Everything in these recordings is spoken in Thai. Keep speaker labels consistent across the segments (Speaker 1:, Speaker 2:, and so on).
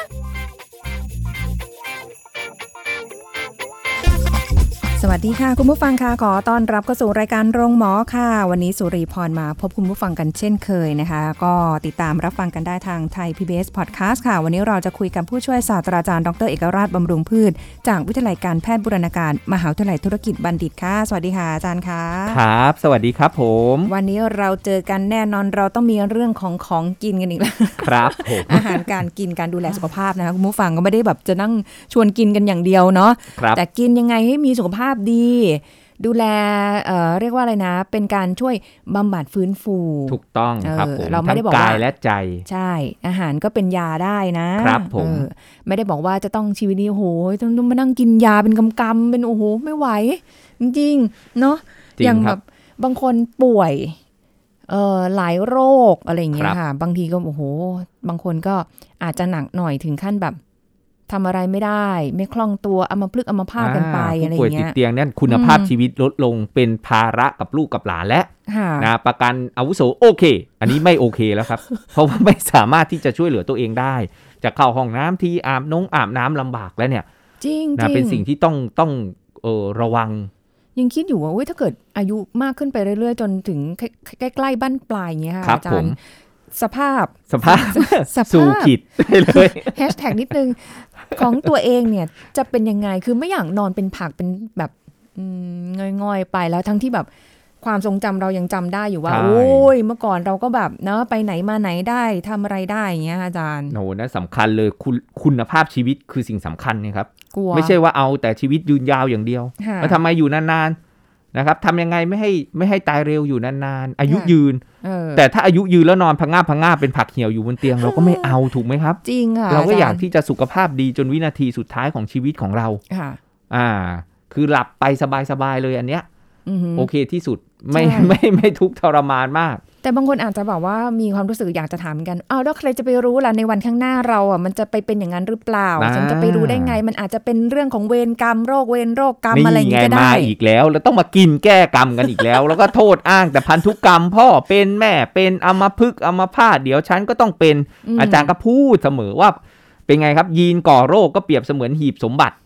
Speaker 1: ล
Speaker 2: สวัสดีค่ะ คุณผู้ฟังค่ะขอต้อนรับเข้าสู่รายการโรงหมอค่ะ วันนี้สุริพรมาพบคุณผู้ฟังกันเช่นเคยนะคะ ก็ติดตามรับฟังกันได้ทางไทย PBS Podcast ค่ะ วันนี้เราจะคุยกับผู้ช่วยศาสตราจารย์ดรเอกราชบำรุงพืช จากวิทยาลัยการแพทย์บุรณาการ มหาวิทยาลัยธุรกิจบัณฑิตค่ะ สวัสดีค่ะอาจารย์ค่ะ
Speaker 3: ครับ สวัสดีครับผม
Speaker 2: วันนี้เราเจอกันแน่นอนเราต้องมีเรื่องของของกินกันอีกแล้ว
Speaker 3: ครับผม
Speaker 2: อาหารการกินการดูแลสุขภาพนะคะคุณผู้ฟังก็ไม่ได้แบบจะนั่งชวนกินกันอย่างเดียวเนาะ
Speaker 3: ครับ
Speaker 2: แต่กินยังไงให้มีสุขภาพดี ดูแลเอ่อเรียกว่าอะไรนะ เป็นการช่วยบำบัดฟื้นฟู
Speaker 3: ถูกต้องครับผม
Speaker 2: เออเราไม่ได้
Speaker 3: ทั้ง
Speaker 2: บอกว่า
Speaker 3: ยและใจ
Speaker 2: ใช่ อาหารก็เป็นยาได้นะครับ
Speaker 3: ผม
Speaker 2: เออไม่ได้บอกว่าจะต้องชีวิตนี้โอ้โหต้องต้องมานั่งกินยาเป็นกำกำๆเป็นโอ้โหไม่ไหว จริงๆเนาะ
Speaker 3: จริ
Speaker 2: อย่าง ง
Speaker 3: ค
Speaker 2: แบ
Speaker 3: รับ
Speaker 2: บบางคนป่วยเอ่อหลายโรคอะไรอย่างเงี้
Speaker 3: ค
Speaker 2: ย
Speaker 3: รับ
Speaker 2: ค่ะ บางทีก็โอ้โห บางคนก็อาจจะหนักหน่อยถึงขั้นแบบทำอะไรไม่ได้ ไม่คล่องตัวอัมพฤกษ์อัมพาตกันไป
Speaker 3: อ่า
Speaker 2: อะไรอ
Speaker 3: ผู้ป่วย
Speaker 2: ย่าง
Speaker 3: ติ
Speaker 2: เงี้
Speaker 3: ด
Speaker 2: ย
Speaker 3: เตียงนั่นคุณภาพ
Speaker 2: อืม
Speaker 3: ชีวิตลดลงเป็นภาระกับลูกกับหลานและ
Speaker 2: ค่ะ
Speaker 3: นะประกันอาวุโสโอเค อันนี้ไม่โอเคแล้วครับ เพราะว่าไม่สามารถที่จะช่วยเหลือตัวเองได้ จะเข้าห้องน้ำทีอาบน้องอาบน้ำลำบากแล้วเนี่ย
Speaker 2: จริงจ
Speaker 3: นะ
Speaker 2: ริ
Speaker 3: เป็นสิ่งที่ต้องต้องเออระวัง
Speaker 2: ยังคิดอยู่ว่าอุ๊ยถ้าเกิดอายุมากขึ้นไปเรื่อยๆ จนถึงใกล้ใกล้ๆบ้านปลายอย่างเงี้ยค่ะ
Speaker 3: ครับ
Speaker 2: อาจา
Speaker 3: ผ
Speaker 2: ร
Speaker 3: ม
Speaker 2: ย์สภาพ
Speaker 3: สภาพ
Speaker 2: สภาพ
Speaker 3: สู่ขิด ไปเลย
Speaker 2: แฮชแท็กนิดนึง ของตัวเองเนี่ย จะเป็นยังไงคือไม่อยากนอนเป็นผักเป็นแบบอืมง่อยๆไปแล้วทั้งที่แบบความทรงจำเรายังจำได้อยู่ว่า
Speaker 3: ใช่
Speaker 2: โอ้ยเมื่อก่อนเราก็แบบเนาะไปไหนมาไหนได้ทำอะไรได้อย่างเงี้ยอาจารย์
Speaker 3: โอ้โหนะสำคัญเลยคุณคุณภาพชีวิตคือสิ่งสำคัญนะครับ
Speaker 2: กลัว
Speaker 3: ไม่ใช่ว่าเอาแต่ชีวิตยืนยาวอย่างเดียว
Speaker 2: ค่ะ
Speaker 3: มันทำไมอยู่นานๆนะครับทำยังไงไม่ให้ไม่ให้ตายเร็วอยู่นานๆ อายุ
Speaker 2: ค่ะ
Speaker 3: ยืน
Speaker 2: เออ
Speaker 3: แต่ถ้าอายุยืนแล้วนอนพะง่าบพะง่าบเป็นผักเหี่ยวอยู่บนเตี ยงเราก็ไม่เอาถูกไหมครับ
Speaker 2: จริงค่ะ
Speaker 3: เราก็อยาก
Speaker 2: จร
Speaker 3: ที่จะสุขภาพดีจนวินาทีสุดท้ายของชีวิตของเรา
Speaker 2: ค่ะ
Speaker 3: อ่า คือหลับไปสบายๆเลยอันเนี้ย
Speaker 2: อือหือ
Speaker 3: โอเคที่สุดไม่
Speaker 2: ใช่
Speaker 3: ไม่ไม่ไม่ทุกข์ทรมานมาก
Speaker 2: แต่บางคนอาจจะแบบว่ามีความรู้สึกอยากจะถามเหมือนกันอ้าวแล้วใครจะไปรู้ล่ะในวันข้างหน้าเราอ่ะมันจะไปเป็นอย่างนั้นหรือเปล่า
Speaker 3: อ่า
Speaker 2: ฉันจะไปรู้ได้ไง มันอาจจะเป็นเรื่องของเวรกรรมโรคเวรโรคกรรม
Speaker 3: นี่
Speaker 2: อะไรอย่าง
Speaker 3: ไง
Speaker 2: งี้ก็ได้
Speaker 3: มาอีกแล้ว แล้วต้องมากินแก้กรรมกันอีกแล้ว แล้วก็โทษอ้างแต่พันธุกรรม พ่อเป็นแม่เป็นอมพึกษ์อมพาตเดี๋ยวฉันก็ต้องเป็น
Speaker 2: ม
Speaker 3: อาจารย์ก็พูดเสมอว่าเป็นไงครับ ยีนก่อโรคก็เปรียบเสมือนหีบสมบัติ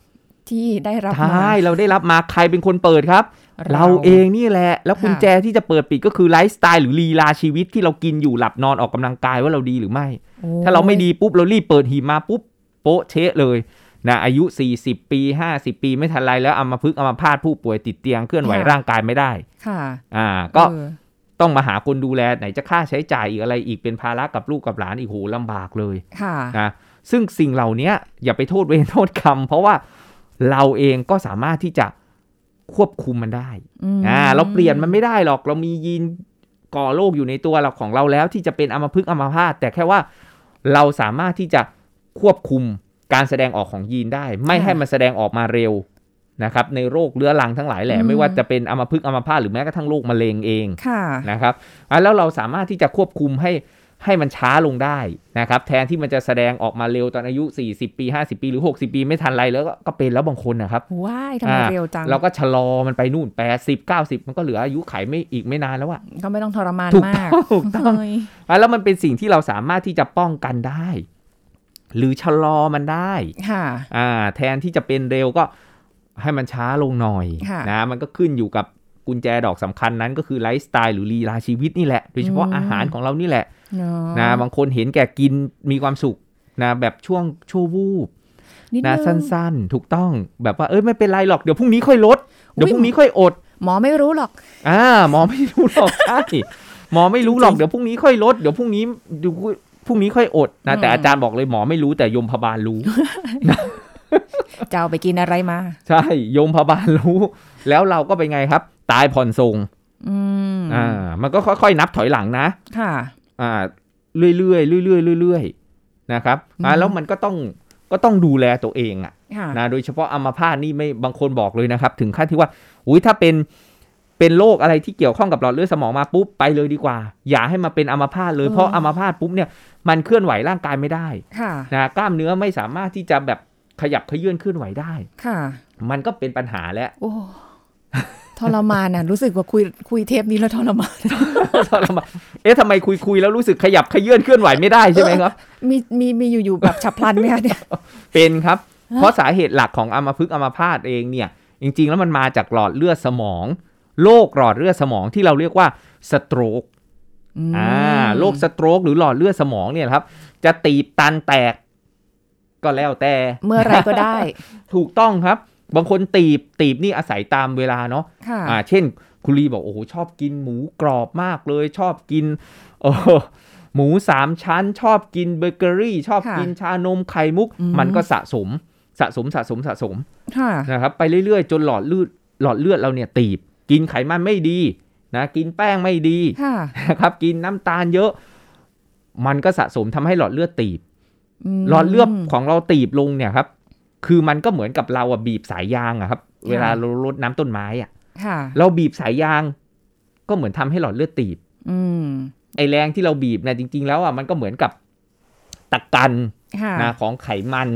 Speaker 2: ที่ได้รับ
Speaker 3: ใช
Speaker 2: มา
Speaker 3: ่เราได้รับมาใครเป็นคนเปิดครับ เราเองนี่แหละ แล้วกุญแจที่จะเปิดปิดก็คือไลฟ์สไตล์หรือลีลาชีวิตที่เรากินอยู่หลับนอนออกกำลังกายว่าเราดีหรือไม่
Speaker 2: โอ้
Speaker 3: ถ้าเราไม่ดีปุ๊บเรารีบเปิดหีบมาปุ๊บโป๊ะเชะเลยนะอายุ 40 ปี 50 ปีไม่ทันไรแล้วอัมพฤกษ์อัมพาตผู้ป่วยติดเตียงเคลื่อนไหวร่างกายไม่ได้
Speaker 2: ค่ะ
Speaker 3: อ่าก็
Speaker 2: เออ
Speaker 3: ต้องมาหาคนดูแลไหนจะค่าใช้จ่ายอีกอะไรอีกเป็นภาระกับลูกกับหลานอีกโหลำบากเลย
Speaker 2: ค่ะ
Speaker 3: นะซึ่งสิ่งเหล่านี้อย่าไปโทษเวรโทษกรรมเพราะว่าเราเองก็สามารถที่จะควบคุมมันได้
Speaker 2: อืม
Speaker 3: อ่าเราเปลี่ยนมันไม่ได้หรอกเรามียีนก่อโรคอยู่ในตัวเราของเราแล้วที่จะเป็นอัมพฤกษ์อัมพาตแต่แค่ว่าเราสามารถที่จะควบคุมการแสดงออกของยีนได้ ไม่ให้มันแสดงออกมาเร็วนะครับในโรคเรื้อรังทั้งหลายแหละไม่ว่าจะเป็นอัมพฤกษ์อัมพาตหรือแม้กระทั่งโรคมะเร็งเอง
Speaker 2: ค่ะ
Speaker 3: นะครับอ่ะแล้วเราสามารถที่จะควบคุมให้ให้มันช้าลงได้นะครับ แทนที่มันจะแสดงออกมาเร็วตอนอายุ 40 ปี 50 ปี หรือ 60 ปี ไม่ทันไรแล้วก็ก็เป็นแล้วบางคนนะครับ
Speaker 2: ว้ายทำไม
Speaker 3: อ่า
Speaker 2: เร็วจัง
Speaker 3: เราก็ชะลอมันไปนู่น 80 90 มันก็เหลืออายุไขไม่อีกไม่นานแล้วอะ
Speaker 2: ก็ไม่ต้องทรมาน
Speaker 3: ถูก
Speaker 2: มาก
Speaker 3: ต้องถูกต้อง
Speaker 2: เฮ้ย
Speaker 3: อ่ะแล้วมันเป็นสิ่งที่เราสามารถที่จะป้องกันได้ หรือชะลอมันได้
Speaker 2: ค่ะ
Speaker 3: อ่าแทนที่จะเป็นเร็วก็ให้มันช้าลงหน่อย
Speaker 2: ค่ะ
Speaker 3: นะมันก็ขึ้นอยู่กับกุญแจดอกสำคัญนั้นก็คือไลฟ์สไตล์หรือลีลาชีวิตนี่แหละโดยเฉพาะอาหารของเรานี่แหละ
Speaker 2: เนา
Speaker 3: นะ
Speaker 2: ะ
Speaker 3: บางคนเห็นแก่กินมีความสุขนะแบบช่วงชั่ววูบ
Speaker 2: นิด
Speaker 3: นะ
Speaker 2: นึง
Speaker 3: สั้นๆ ถูกต้องแบบว่าเอ้ยไม่เป็นไรหรอกเดี๋ยวพรุ่งนี้ค่อยลด เดี๋ยว
Speaker 2: อุ๊ย
Speaker 3: พรุ่งนี้ค่อยอด
Speaker 2: หมอไม่รู้หรอก
Speaker 3: อ่าหมอไม่รู้หรอก ใช่หมอไม่รู้หรอก
Speaker 2: จริงๆ
Speaker 3: เดี๋ยวพรุ่งนี้ค่อยลดเดี๋ยวพรุ่งนี้ดูพรุ่งนี้ค่อยอดนะแต่
Speaker 2: อืม
Speaker 3: อาจารย์บอกเลยหมอไม่รู้แต่ยมพบาลรู้
Speaker 2: จะเอาไปกินอะไรมา
Speaker 3: ใช่ยมพบาลรู้ แล้วเราก็เป็นไงครับ ตายผ่อนทรง
Speaker 2: อืม
Speaker 3: อ่ามันก็ค่อยๆนับถอยหลังนะ
Speaker 2: ค่ะ
Speaker 3: อ่าเรื่อยๆเรื่อยๆเรื่อยๆนะครับอ่า
Speaker 2: อืม
Speaker 3: แล้วมันก็ต้อง ก็ต้องดูแลตัวเองอะ
Speaker 2: ค่ะ
Speaker 3: นะโดยเฉพาะอัมพาตนี่ไม่บางคนบอกเลยนะครับ ถึงขั้นที่ว่าอุ้ยถ้าเป็นเป็นโรคอะไรที่เกี่ยวข้องกับหลอดเลือดสมองมาปุ๊บไปเลยดีกว่า อย่าให้มาเป็นอัมพาตเลยเพราะอัมพาตปุ๊บเนี่ยมันเคลื่อนไหวร่างกายไม่ได้
Speaker 2: ค่ะ
Speaker 3: นะกล้ามเนื้อไม่สามารถที่จะแบบขยับเขยื่อนเคลื่อนไหวได้
Speaker 2: ค่ะ
Speaker 3: มันก็เป็นปัญหาแล้ว
Speaker 2: โอ้ทรมานอ่ะ รู้สึกว่าคุยคุยเทปนี้แล้วทรมาน
Speaker 3: ทรมานเอ๊ะทำไมคุยคุยๆแล้วรู้สึกขยับเขยื่อนเคลื่อนไหวไม่ได้ใช่ไหมครับ
Speaker 2: มีมีมีอยู่ๆแบบฉับพลันไหมคะเนี่ย
Speaker 3: เป็นครับ เพราะสาเหตุหลักของอัมพฤกษ์อัมพาตเองเนี่ย จริง ๆ แล้วมันมาจากหลอดเลือดสมอง โรคหลอดเลือดสมองที่เราเรียกว่าสโตรกอ่าโรคสโตรกหรือหลอดเลือดสมองเนี่ยครับ จะตีบตันแตก ก็แล้วแต่
Speaker 2: เมื่อไหรก็ได้
Speaker 3: ถูกต้องครับ บางคนตีบตีบนี่อาศัยตามเวลาเนาะ
Speaker 2: ค่ะ
Speaker 3: อ่าเช่นคุณลีบอกโอ้โหชอบกินหมูกรอบมากเลย ชอบกิน เออหมูสามชั้น ชอบกินเบเกอรี่ ชอบ
Speaker 2: ค่ะ
Speaker 3: กินชานมไข่มุก
Speaker 2: อืม
Speaker 3: มันก็สะสมสะสมสะสมสะสม
Speaker 2: ค่ะ
Speaker 3: นะครับไปเรื่อยๆ จนหลอดเลือดหลอดเลือดเราเนี่ยตีบ กินไขมันไม่ดีนะกินแป้งไม่ดี
Speaker 2: ค่ะ
Speaker 3: นะครับกินน้ำตาลเยอะ มันก็สะสมทำให้หลอดเลือดตีบ
Speaker 2: ม
Speaker 3: หลอดเลือดของเราตีบลงเนี่ยครับคือมันก็เหมือนกับเราอะบีบสายยางอะครับเวลาเรารดน้ำต้นไม้อะ
Speaker 2: ค่ะ
Speaker 3: เราบีบสายยางก็เหมือนทำให้หลอดเลือดตีบ
Speaker 2: อืม
Speaker 3: ไอแรงที่เราบีบเนี่ยจริง ๆ แล้วอ่ะมันก็เหมือนกับตะกัน
Speaker 2: ค่ะ
Speaker 3: นะของไขมัน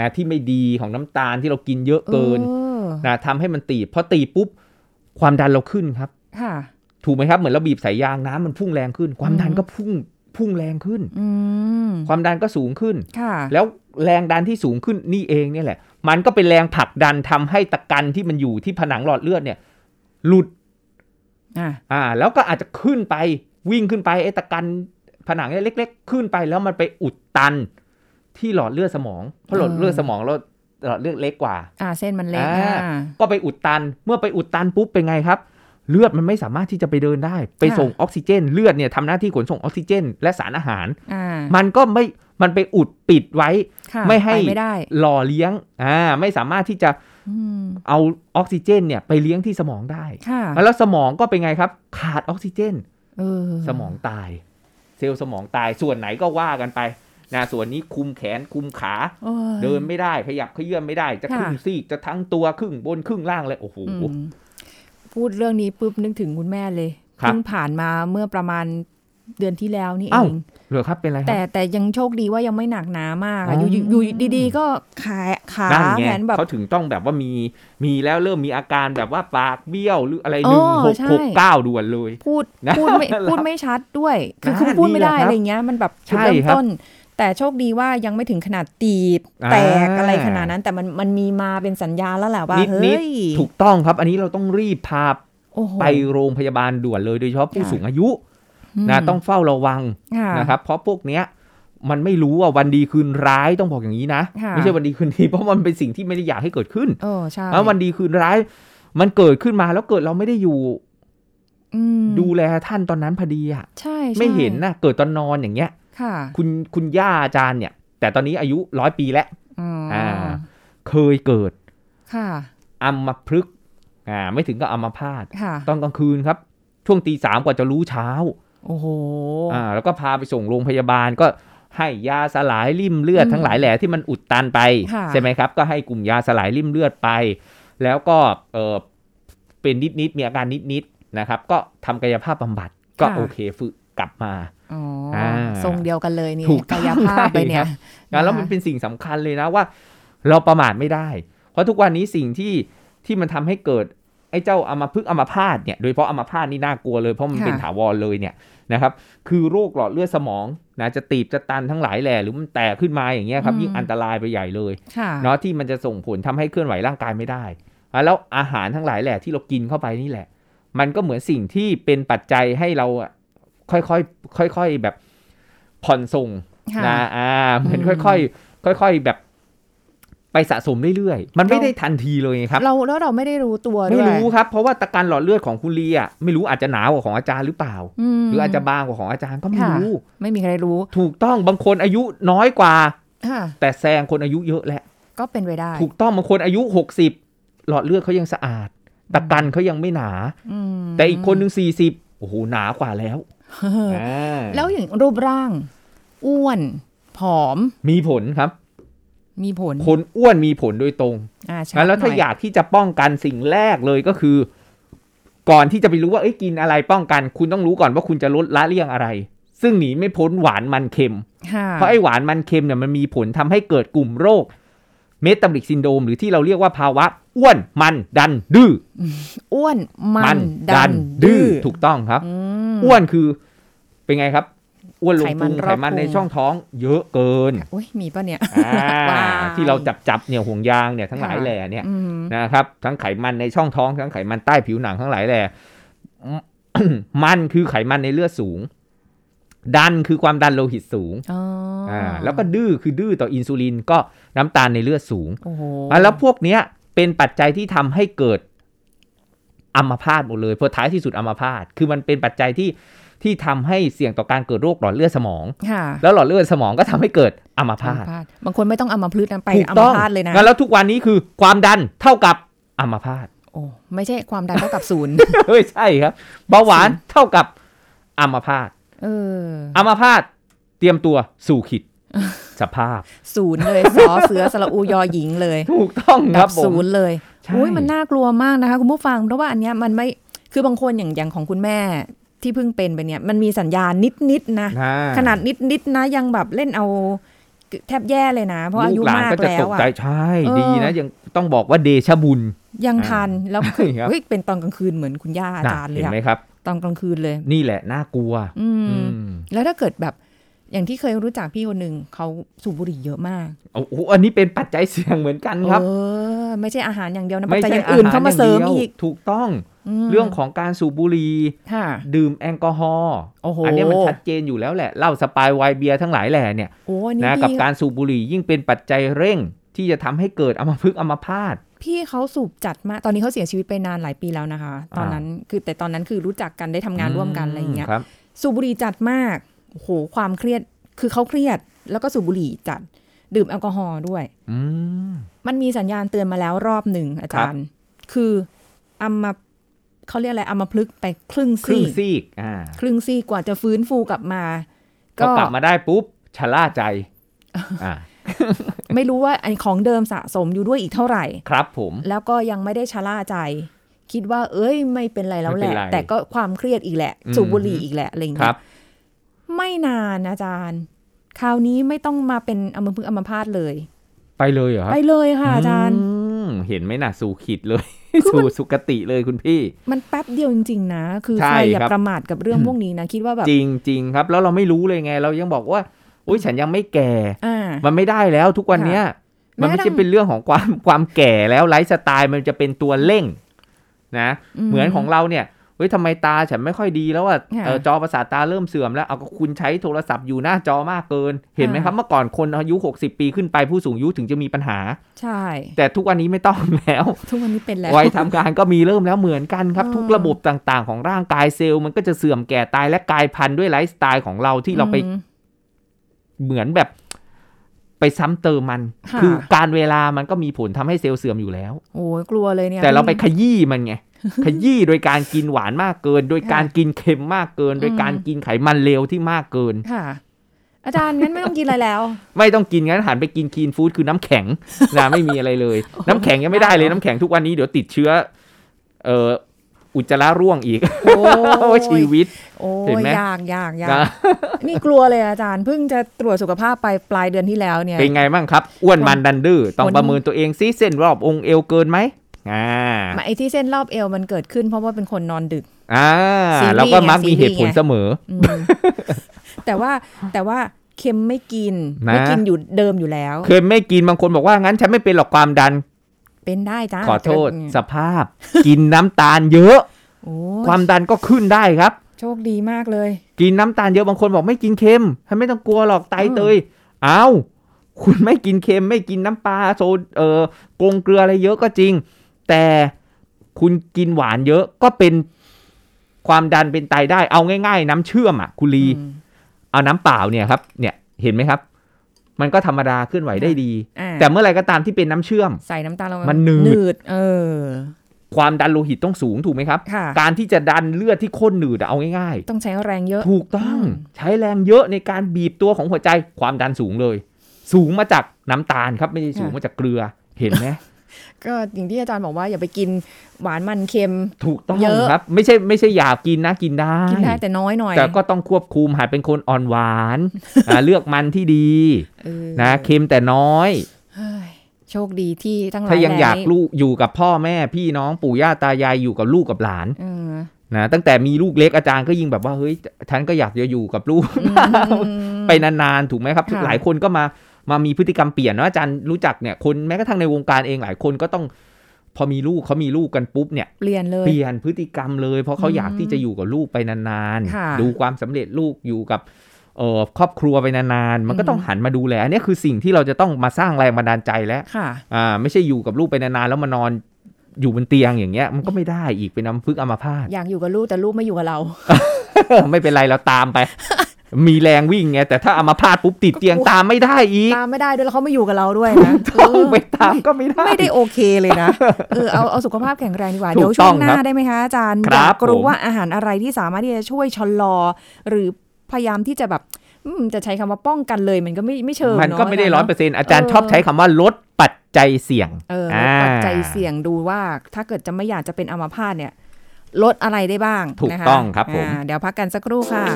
Speaker 3: นะที่ไม่ดีของน้ำตาลที่เรากินเยอะเกิน
Speaker 2: ออ
Speaker 3: นะทำให้มันตีบพอตีบปุ๊บความดันเราขึ้นครับ
Speaker 2: ค่ะ
Speaker 3: ถูกไหมครับเหมือนเราบีบสายยางน้ำมันพุ่งแรงขึ้น ความดัน
Speaker 2: อืม
Speaker 3: ก็พุ่งพุ่งแรงขึ้น
Speaker 2: อืม
Speaker 3: ความดันก็สูงขึ้น
Speaker 2: ค่ะ
Speaker 3: แล้วแรงดันที่สูงขึ้นนี่เองเนี่ยแหละ มันก็เป็นแรงผลักดันทำให้ตะกันที่มันอยู่ที่ผนังหลอดเลือดเนี่ยหลุด
Speaker 2: อ่ะ
Speaker 3: อ่าแล้วก็อาจจะขึ้นไปวิ่งขึ้นไปไอ้ตะกันผนังเนี่ยเล็ก ๆ ขึ้นไปแล้วมันไปอุดตันที่หลอดเลือดสมอง เพราะหลอด
Speaker 2: เออ
Speaker 3: เลือดสมองเราหลอดเลือดเล็กกว่า
Speaker 2: อ่าเส้นมันเล็ก
Speaker 3: อ่า
Speaker 2: อ่า
Speaker 3: ก็ไปอุดตันเมื่อไปอุดตันปุ๊บเป็นไงครับ เลือดมันไม่สามารถที่จะไปเดินได้ ไปส่งออกซิเจน เลือดเนี่ยทำหน้าที่ขนส่งออกซิเจน และสารอาหาร
Speaker 2: อ่า
Speaker 3: มันก็ไม่มันไปอุดปิดไว้
Speaker 2: ค่ะ
Speaker 3: ไม่ให้
Speaker 2: ปไม่ได้
Speaker 3: หล่อเลี้ยงอ่าไม่สามารถที่จะ
Speaker 2: อืม
Speaker 3: เอาออกซิเจนเนี่ยไปเลี้ยงที่สมองได้
Speaker 2: ค่ะ
Speaker 3: แล้วสมองก็เป็นไงครับ ขาดออกซิเจน
Speaker 2: เออ
Speaker 3: สมองตาย เซลล์สมองตายส่วนไหนก็ว่ากันไปนะส่วนนี้คุมแขนคุมขา
Speaker 2: โอ้ย
Speaker 3: เดินไม่ได้ขยับเขยื่อนไม่ได้ จะ
Speaker 2: ค่ะ
Speaker 3: ครึ่งซีกจะทั้งตัวครึ่งบนครึ่งล่างเลยโอ้โห
Speaker 2: อืมพูดเรื่องนี้ปุ๊บนึกถึงคุณแม่เลย
Speaker 3: ครับ
Speaker 2: เพิ่งผ่านมาเมื่อประมาณเดือนที่แล้วนี่เอ
Speaker 3: อ้าว
Speaker 2: ง
Speaker 3: เหรือครับเป็นอะไรค
Speaker 2: แต่
Speaker 3: รับ
Speaker 2: แต่ยังโชคดีว่ายังไม่หนักหนามากอะ
Speaker 3: อ๋อ
Speaker 2: อ
Speaker 3: อ
Speaker 2: ยู่อยู่อยู่ดีๆ ก็ขาขา
Speaker 3: นั่น
Speaker 2: แข
Speaker 3: ไง
Speaker 2: นแบบ
Speaker 3: เขาถึงต้องแบบว่ามีมีแล้วเริ่มมีอาการแบบว่าปากเบี้ยวหรืออะไร
Speaker 2: อ๋อ
Speaker 3: หนึ่งหก
Speaker 2: ใช่
Speaker 3: หกเก้าด่วนเลย
Speaker 2: พูด
Speaker 3: นะ
Speaker 2: พูดไม่พูดไม่ชัดด้วยคือคือ
Speaker 3: นะ
Speaker 2: พูดไม่ได้
Speaker 3: นี่แหละครั
Speaker 2: อะ
Speaker 3: บ
Speaker 2: ไรเงี้ยมันแบบจุด
Speaker 3: ใช่
Speaker 2: เริ่ม
Speaker 3: ครับ
Speaker 2: ต้น แต่โชคดีว่ายังไม่ถึงขนาดตีบ
Speaker 3: อ่า
Speaker 2: แตกอะไรขนาดนั้น แต่มันมันมีมาเป็นสัญญาณแล้วแหละว่า
Speaker 3: นิดนิด
Speaker 2: เฮ้ย
Speaker 3: ถูกต้องครับ อันนี้เราต้องรีบพา
Speaker 2: โอ้โห
Speaker 3: ไปโรงพยาบาลด่วนเลยโดยเฉพาะผู้
Speaker 2: ค่ะ
Speaker 3: สูงอายุนะต้องเฝ้าระวัง
Speaker 2: ค่ะ
Speaker 3: นะครับเพราะพวกเนี้ยมันไม่รู้ว่าวันดีคืนร้ายต้องบอกอย่างนี้นะ
Speaker 2: ค่ะ
Speaker 3: ไม่ใช่วันดีคืนดี เพราะมันเป็นสิ่งที่ไม่ได้อยากให้เกิดขึ้น
Speaker 2: โอ้ใช่
Speaker 3: แล้ววันดีคืนร้าย มันเกิดขึ้นมาแล้วเกิดเราไม่ได้อยู่
Speaker 2: อืม
Speaker 3: ดูแลท่านตอนนั้นพอดีอะ
Speaker 2: ใช่
Speaker 3: ไม่เห็น
Speaker 2: นะ
Speaker 3: นะเกิดตอนนอนอย่างเงี้ย
Speaker 2: ค่ะ
Speaker 3: คุณคุณย่าอาจารย์เนี่ย แต่ตอนนี้อายุร้อยปีแล้ว
Speaker 2: อ๋ออ
Speaker 3: อ่า เคยเกิด
Speaker 2: ค่ะ
Speaker 3: อัมพฤกษ์อ่าไม่ถึงกับอัมพาต
Speaker 2: ค่ะ
Speaker 3: ตอนกลางคืนครับ ช่วงตีสามกว่าจะรู้เช้า
Speaker 2: โอ้โห
Speaker 3: อ่าแล้วก็พาไปส่งโรงพยาบาลก็ให้ยาสลายริ่มเลือด
Speaker 2: อืม
Speaker 3: ทั้งหลายแหล่ที่มันอุดตันไป
Speaker 2: ค่ะ
Speaker 3: ใช่ไหมครับ ก็ให้กลุ่มยาสลายริ่มเลือดไป แล้วก็เออเป็นนิดนิดๆมีอาการนิดนิดๆนะครับ ก็ทำกายภาพบำบัดก็โอเคฝึกกลับมา
Speaker 2: อ๋ออา ทรงเดียวกันเลยนี่
Speaker 3: ถูกต้
Speaker 2: กา
Speaker 3: อง
Speaker 2: ยภาพไปเนี่
Speaker 3: ครั
Speaker 2: ย
Speaker 3: บ นะแล้วมันเป็นสิ่งสำคัญเลยนะว่า เราประมาทไม่ได้ เพราะทุกวันนี้สิ่งที่ที่มันทำให้เกิดไอ้เจ้าอามาพึกษ์อามาพาตเนี่ยโดยเฉพาะอามาพาตนี่น่ากลัวเลยเพราะมันเป็นถาวรเลยเนี่ยนะครับ คือโรคหลอดเลือดสมองนะจะตีบจะตันทั้งหลายแหล่หรือมันแตกขึ้นมาอย่างเงี้ยครับยิ่งอันตรายไปใหญ่เลย
Speaker 2: ค่ะ
Speaker 3: เนาะที่มันจะส่งผลทำให้เคลื่อนไหวร่างกายไม่ได้อ่ะแล้วอาหารทั้งหลายแหล่ที่เรากินเข้าไปนี่แหละ มันก็เหมือนสิ่งที่เป็นปัจจัยให้เราอะค่อยๆค่อย ๆแบบผ่อนส่ง
Speaker 2: ค่ะ
Speaker 3: นะอ่าเหมือน
Speaker 2: อื
Speaker 3: ค่
Speaker 2: ม
Speaker 3: อยๆ ค่อย ๆ แบบ ไปสะสมเรื่อยๆ มันไม่
Speaker 2: เรา
Speaker 3: ได้ทันทีเลยไงครับ
Speaker 2: เราแล้วเราไม่ได้รู้ตัวด้วย
Speaker 3: ไม่รู้ครับ เพราะว่าตะการหลอดเลือดของคุณลีอ่ะไม่รู้อาจจะหนากว่าของอาจารย์หรือเปล่า
Speaker 2: ม
Speaker 3: หรืออาจจะบางกว่าของอาจารย์ก็ไม่
Speaker 2: ค่ะ
Speaker 3: รู้
Speaker 2: ไม่มีใครรู้
Speaker 3: ถูกต้องบางคนอายุน้อยกว่า
Speaker 2: ค่ะ
Speaker 3: แต่แซงคนอายุเยอะแล้ว
Speaker 2: ก็เป็นไปได้
Speaker 3: ถูกต้องบางคนอายุ 60 หลอดเลือดเขายังสะอาด ตะกันเขายังไม่หนา
Speaker 2: อืม
Speaker 3: แต่อีก คนหนึ่ง40โอ้โหหนากว่าแล้ว
Speaker 2: เออ
Speaker 3: อ่า
Speaker 2: แล้วอย่างรูปร่าง อ้วน ผอม
Speaker 3: มีผลครับ
Speaker 2: มีผล
Speaker 3: คนอ้วนมีผลโดยตรง
Speaker 2: อ่าใช่
Speaker 3: งั้นแล้วถ้า
Speaker 2: หน่
Speaker 3: อยากที่จะป้องกันสิ่งแรกเลยก็คือ ก่อนที่จะไปรู้ว่าเอ้ยกินอะไรป้องกัน คุณต้องรู้ก่อนว่าคุณจะลดละเลี่ยงอะไร ซึ่งหนีไม่พ้นหวานมันเค็ม
Speaker 2: ค่ะ
Speaker 3: เพราะไอ้หวานมันเค็มเนี่ยมันมีผลทำให้เกิดกลุ่มโรคเมตาบอลิกซินโดมหรือที่เราเรียกว่าภาวะอ้วนมันดันดื้อ
Speaker 2: อ้วนมันดันดื้อ
Speaker 3: ถูกต้องครับ
Speaker 2: ม
Speaker 3: อ้วนคือเป็นไงครับ อ้วนลง
Speaker 2: ไขมั
Speaker 3: พุ
Speaker 2: น
Speaker 3: ง
Speaker 2: รอบ
Speaker 3: ไขมันใน
Speaker 2: พุง
Speaker 3: ช่องท้อง เยอะเกิน
Speaker 2: อุ้ยมีป่ะเนี่ย
Speaker 3: อ่า
Speaker 2: ว้าย
Speaker 3: ที่เราจับจับๆเนี่ยห่วงยางเนี่ยทั้งหลายแหล่เนี่ย
Speaker 2: อืม
Speaker 3: นะครับทั้งไขมันในช่องท้อง ทั้งไขมันใต้ผิวหนังทั้งหลายแหละอืม มันคือไขมันในเลือดสูง ดันคือความดันโลหิตสูง
Speaker 2: อ๋ออ่
Speaker 3: าแล้วก็ดื้อคือดื้อต่ออินซูลินก็น้ำตาลในเลือดสูง
Speaker 2: โอ้โห
Speaker 3: อ่ะแล้วพวกเนี้ยเป็นปัจจัยที่ทำให้เกิดอัมพาตหมดเลยเพอท้ายที่สุดอัมพาตคือมันเป็นปัจจัยที่ที่ทำให้เสี่ยงต่อการเกิดโรคหลอดเลือดสมอง
Speaker 2: ค่ะ
Speaker 3: แล้วหลอดเลือดสมองก็ทำให้เกิดอัมพาต
Speaker 2: พาตบางคนไม่ต้องเอามาพลึดนะไป
Speaker 3: ถูก
Speaker 2: เอา
Speaker 3: ต้
Speaker 2: มา
Speaker 3: อง
Speaker 2: พาตเลยนะ
Speaker 3: งั้นแล้วทุกวันนี้คือความดันเท่ากับอัมพาต
Speaker 2: โอ้ไม่ใช่ความดันเท่ากับศูนย์
Speaker 3: เฮ้ยใช่ครับเบาหวานเท่ากับอัมพาต
Speaker 2: เออ
Speaker 3: อัมพาตเตรียมตัวสู่ขิ ดสภาพ
Speaker 2: ศูนย์ เลยสอเสือสระอูยอหญิงเลย
Speaker 3: ถูกต้องค
Speaker 2: ดั
Speaker 3: รับผม
Speaker 2: ศูนย์เลย
Speaker 3: ใช่
Speaker 2: อุ้ยมันน่ากลัวมากนะคะคุณผู้ฟัง เพราะว่าอันเนี้ยมันไม่คือบางคนอย่างอย่างของคุณแม่ที่เพิ่งเป็นไปเนี่ยมันมีสัญญาณนิดๆนะ
Speaker 3: อ่
Speaker 2: ขนาดนิดๆนะยังแบบเล่นเอาแทบแย่เลยนะ เพราะอายุ
Speaker 3: ลูหลน
Speaker 2: มาก
Speaker 3: ก็จะ
Speaker 2: แล้
Speaker 3: ต
Speaker 2: ว
Speaker 3: ก
Speaker 2: อ่ะ
Speaker 3: ใจใช่
Speaker 2: เออ
Speaker 3: ดีนะยังต้องบอกว่าเดชะบุญ
Speaker 2: ยังทันแล้วคือ
Speaker 3: ครับ
Speaker 2: เฮ้ยเป็นตอนกลางคืนเหมือนคุณย่าอา
Speaker 3: นะ
Speaker 2: จารย์เล
Speaker 3: เห็
Speaker 2: ย
Speaker 3: น
Speaker 2: อะ
Speaker 3: ไหมครับ
Speaker 2: ตอนกลางคืนเลย
Speaker 3: นี่แหละน่ากลัว
Speaker 2: อืม
Speaker 3: อืม
Speaker 2: แล้วถ้าเกิดแบบอย่างที่เคยรู้จักพี่คนหนึ่งเขาสูบบุหรี่เยอะมาก
Speaker 3: โอ้โหอันนี้เป็นปัจจัยเสี่ยงเหมือนกันครับ
Speaker 2: เออไม่ใช่อาหารอย่างเดียวนะปั
Speaker 3: ไม่
Speaker 2: จจัยอ
Speaker 3: ใช่
Speaker 2: ย่างอื่นเข้ามาเสริม
Speaker 3: หย่งดียว
Speaker 2: อีก
Speaker 3: ถูกต้อง
Speaker 2: ม
Speaker 3: เรื่องของการสูบบุหรี่
Speaker 2: ค่ะ
Speaker 3: ดื่มแอลกอฮอล์
Speaker 2: โอ้โห
Speaker 3: อันเนี้ยมันชัดเจนอยู่แล้วแหละเหล้าสปายไวน์เบียร์ทั้งหลายแหล่เนี่ย
Speaker 2: โอ้อันนี่
Speaker 3: นะกับ
Speaker 2: พี่
Speaker 3: การสูบบุหรี่ยิ่งเป็นปัจจัยเร่ง ที่จะทำให้เกิดอัมพฤกษ์อัมพาต
Speaker 2: พี่เขาสูบจัดมากตอนนี้เขาเสียชีวิตไปนานหลายปีแล้วนะคะ ตอนนั้นคือแต่ตอนนั้นคือรู้จักกันได้ทำงานร่วมกันอะไรอย่างเงี้ย
Speaker 3: ครับ
Speaker 2: สูบบุหรี่จัดมากโอ้โห ความเครียด คือเขาเครียด แล้วก็สูบบุหรี่จัด ดื่มแอลกอฮอล์ด้วย
Speaker 3: อืม
Speaker 2: มันมีสัญญาณเตือนมาแล้วรอบหนึ่งอาจารย์ คืออัมมาเขาเรียกอะไรอัมมาพลึกษ์ไปครึ่ง
Speaker 3: ครึ่
Speaker 2: ซี่
Speaker 3: งซีกอ่า
Speaker 2: ครึ่งซี่กว่าจะฟื้นฟูกลับมา
Speaker 3: ก็
Speaker 2: ก็
Speaker 3: กลับมาได้ปุ๊บชะล่าใจ อ่า
Speaker 2: ไม่รู้ว่าไอของเดิมสะสมอยู่ด้วยอีกเท่าไหร่
Speaker 3: ครับผม
Speaker 2: แล้วก็ยังไม่ได้ชะล่าใจ คิดว่า เอ้ย ไม่เป็นไรแล้วแหละ
Speaker 3: ไม่เป็นไร
Speaker 2: แต่ก็ความเครียดอีกแหละ
Speaker 3: อืม
Speaker 2: สูบบุหรี่อีกแหละอะไรอย่าง
Speaker 3: ค
Speaker 2: เงี้
Speaker 3: รั
Speaker 2: ย
Speaker 3: บ
Speaker 2: ไม่นานอาจารย์ คราวนี้ไม่ต้องมาเป็นอัมพฤกษ์อัมพาตเลย
Speaker 3: ไปเลยเหรอครับ
Speaker 2: ไปเลยค่ะอาจารย์
Speaker 3: มเห็นไหมน่ะ สู่ขิดเลย
Speaker 2: คือมัน
Speaker 3: สู่สุคติเลยคุณพี่
Speaker 2: มันแป๊บเดียวจริงๆนะ คือ
Speaker 3: ใช่
Speaker 2: ใครอย่า
Speaker 3: ครับ
Speaker 2: ประมาทกับเรื่องพวกนี้นะ คิดว่าแบบ
Speaker 3: จริงจริงครับ แล้วเราไม่รู้เลยไง เรายังบอกว่าโอ้ยฉันยังไม่แก่
Speaker 2: อ่า
Speaker 3: มันไม่ได้แล้วทุกวันเนี้ย มันไม่
Speaker 2: แม้กระทั่
Speaker 3: ใช่
Speaker 2: ง
Speaker 3: เป็นเรื่องของความความแก่แล้วไลฟ์สไตล์มันจะเป็นตัวเร่ง นะ เหมือนของเราเนี่ยเฮ้ยทำไมตาฉันไม่ค่อยดีแล้วอ่ะ
Speaker 2: ค่ะ
Speaker 3: เอ่อจอประสาทตาเริ่มเสื่อมแล้วเอาก็คุณใช้โทรศัพท์อยู่หน้าจอมากเกิน เห็นไหม
Speaker 2: ค่ะ
Speaker 3: ครับเมื่อก่อนคนอายุ 60 ปีขึ้นไปผู้สูงอายุถึงจะมีปัญหา
Speaker 2: ใช่
Speaker 3: แต่ทุกวันนี้ไม่ต้องแล้ว
Speaker 2: ทุกวันนี้เป็นแล้ว
Speaker 3: วัยทำงานก็มีเริ่มแล้วเหมือนกันครับ
Speaker 2: อืม
Speaker 3: ทุกระบบต่างๆ ของร่างกายเซลล์มันก็จะเสื่อมแก่ตายและกลายพันธุ์ด้วยไลฟ์สไตล์ของเราที่เราไป
Speaker 2: อืม
Speaker 3: เหมือนแบบ ไปซ้ำเติมมัน
Speaker 2: ค่ะ
Speaker 3: อการเวลามันก็มีผลทำให้เซลล์เสื่อมอยู่แล้ว
Speaker 2: โอ้ยกลัวเลยเนี่ย
Speaker 3: แต่เราไปขยี้มัน ไง ขยี้โดยการกินหวานมากเกิน โดย
Speaker 2: ค่ะ
Speaker 3: การกินเค็มมากเกิน โดย
Speaker 2: อืม
Speaker 3: การกินไขมันเลวที่มากเกิน
Speaker 2: ค่ะ อา จารย์งั้นไม่ต้องกินอะไรแล้ว
Speaker 3: ไม่ต้องกินงั้นหันไปกินคีนฟู้ดคือน้ำแข็ง นะไม่มีอะไรเลย น้ำแข็งยังไม่ได้เลย
Speaker 2: อ้าว
Speaker 3: น้ำแข็งทุกวันนี้เดี๋ยวติดเชื้อ เอ่ออุจจาระร่วงอีก
Speaker 2: โอ้
Speaker 3: โอ้ย ชีวิต
Speaker 2: โอ้
Speaker 3: เห็น
Speaker 2: ย
Speaker 3: ไหม
Speaker 2: ยากยากยา
Speaker 3: นะ
Speaker 2: กนี่กลัวเลยอาจารย์เพิ่งจะตรวจสุขภาพไปปลายเดือนที่แล้วเนี่ย
Speaker 3: เป็นไงบ้างครับอ้วนมันดันดื้อต้อง
Speaker 2: ผล
Speaker 3: ประเมินตัวเองซิเส้นรอบองค์เอวเกินไหมอ่า
Speaker 2: มาไอ้ที่เส้นรอบเอวมันเกิดขึ้นเพราะว่าเป็นคนนอนดึก
Speaker 3: อ่า
Speaker 2: ซีรีส์
Speaker 3: แล้วก็
Speaker 2: ไง
Speaker 3: มักมี
Speaker 2: ซีรีส์
Speaker 3: เหตุผล
Speaker 2: ไง
Speaker 3: เสมอ
Speaker 2: อื มแต่ว่าแต่ว่าเค็มไม่กิน
Speaker 3: นะ
Speaker 2: ไม่กินอยู่เดิมอยู่แล้ว
Speaker 3: เคยไม่กินบางคนบอกว่างั้นฉันไม่เป็นหรอกความดัน
Speaker 2: เป็นได้จ้า
Speaker 3: ขอโทษ
Speaker 2: แต่ว่า
Speaker 3: สภาพ กินน้ำตาลเยอะ
Speaker 2: โอ้ย
Speaker 3: ความดันก็ขึ้นได้ครับ
Speaker 2: โชคดีมากเลย
Speaker 3: กินน้ำตาลเยอะบางคนบอกไม่กินเค็มท่านไม่ต้องกลัวหรอกไตเตยอ้าวคุณไม่กินเค็มไม่กินน้ำปลาโซเอ่อกงเกลืออะไรเยอะก็จริง แต่คุณกินหวานเยอะก็เป็นความดันเป็นไตได้เอาง่าย ๆ น้ำเชื่อมอ่ะคุณลี
Speaker 2: อืม
Speaker 3: เอาน้ำเปล่าเนี่ยครับ เนี่ยเห็นไหมครับ มันก็ธรรมดาเคลื่อนไหวได้ดี
Speaker 2: อ่า
Speaker 3: แต่เมื่อไหร่ก็ตามที่เป็นน้ำเชื่อม
Speaker 2: ใส่น้ำตาลลง
Speaker 3: มันหนืด
Speaker 2: ดเออ
Speaker 3: ความดันโลหิตต้องสูงถูกไหมครับ
Speaker 2: ค่ะ
Speaker 3: การที่จะดันเลือดที่ข้นหนืดอะเอาง่าย
Speaker 2: ต้องใช้แรงเยอะ
Speaker 3: ๆ ถูกต้อง
Speaker 2: อืม
Speaker 3: ใช้แรงเยอะในการบีบตัวของหัวใจความดันสูงเลย สูงมาจาก น้ำตาลครับไม่ได้สูง
Speaker 2: ค่ะ
Speaker 3: มาจากเกลือเห็ นไหม
Speaker 2: ก็อย่างที่อาจารย์บอกว่าอย่าไปกินหวานมันเค็ม
Speaker 3: ถูกต้อง
Speaker 2: เยอะ
Speaker 3: ครับ ไม่ใช่ไม่ใช่อยากกินนะกินได้
Speaker 2: กินได้แต่น้อยหน่อย
Speaker 3: แต่ก็ต้องควบคุมหาดเป็นคนอ่อนหว านอ่าเลือกมันที่ดี
Speaker 2: เออ
Speaker 3: นะเค็มแต่น้อย
Speaker 2: เฮ้ยโชคดีที่ทั้งหลาย
Speaker 3: ถ้ายังอยาก
Speaker 2: แหล่
Speaker 3: ลูกอยู่กับพ่อแม่ พี่น้องปู่ย่าตายายอยู่กับลูกกับหลาน
Speaker 2: เออ
Speaker 3: นะตั้งแต่มีลูกเล็กอาจารย์ก็ยิ่งแบบว่าเฮ้ยฉันก็อยากจะอยู่กับลูก
Speaker 2: อืม
Speaker 3: ไปนานๆถูกไหมครับ
Speaker 2: ค่ะ
Speaker 3: หลายคนก็มามามีพฤติกรรมเปลี่ยนเนอะอาจารย์รู้จักเนี่ยคนแม้กระทั่งในวงการเองหลายคนก็ต้อง พอมีลูกเขามีลูกกันปุ๊บเนี่ย
Speaker 2: เปลี่ยนเลย
Speaker 3: เปลี่ยนพฤติกรรมเลย เพราะเขา
Speaker 2: อืม
Speaker 3: อยากที่จะอยู่กับลูกไปนาน
Speaker 2: ค่ะ
Speaker 3: ๆ ดูความสำเร็จลูกอยู่กับเอ่อครอบครัวไปนานๆ มันก็ต้อง
Speaker 2: อืม
Speaker 3: หันมาดูแลอันนี้คือสิ่งที่เราจะต้องมาสร้างแรงบันดาลใจแล้ว
Speaker 2: ค่ะ
Speaker 3: อ่าไม่ใช่อยู่กับลูกไปนานๆ แล้วมานอนอยู่บนเตียงอย่างเงี้ยมันก็ไม่ได้อีกเป็นน้ำพึกษ์อัมพาต
Speaker 2: อยากอยู่กับลูกแต่ลูกไม่อยู่กับเรา
Speaker 3: ไม่เป็นไรเราตามไป มีแรงวิ่งไงแต่ถ้าอัมพาตปุ๊บติดเตียงตามไม่ได้อีก
Speaker 2: ตามไม่ได้ด้วยแล้วเขาไม่อยู่กับเราด้วยนะ
Speaker 3: ต้องไป
Speaker 2: เ
Speaker 3: ตามก็ไม่ได้
Speaker 2: ไม่ได้โอเคเลยนะ เออเอาเอาสุขภาพแข็งแรงดีกว่า
Speaker 3: ถูก
Speaker 2: เดี๋ยวช่วงห
Speaker 3: ต้อง
Speaker 2: น้า
Speaker 3: ครับ
Speaker 2: ได้ไหมคะอาจารย์
Speaker 3: ค
Speaker 2: อ
Speaker 3: รับ
Speaker 2: ยากรู้
Speaker 3: ผม
Speaker 2: ว่าอาหารอะไรที่สามารถที่จะช่วยชะลอ หรือพยายามที่จะแบบอืมจะใช้คำว่าป้องกันเลยมันก็ไม่ไม่เชิง
Speaker 3: มันก็ไม่ได้ร้อย
Speaker 2: เนาะ
Speaker 3: เปอร์เซ็นต์อาจารย์
Speaker 2: เออ
Speaker 3: ชอบใช้คำว่าลดปัจจัยเสี่ยง
Speaker 2: เออ
Speaker 3: อ่า
Speaker 2: ปัจจัยเสี่ยงดูว่าถ้าเกิดจะไม่อยากจะเป็นอัมพาตเนี่ย ลดอะไรได้บ้าง
Speaker 3: ถูก
Speaker 2: นะคะ
Speaker 3: ต้องครับผม
Speaker 2: อ่าเดี๋ยวพักกันสักครู่ค่ะ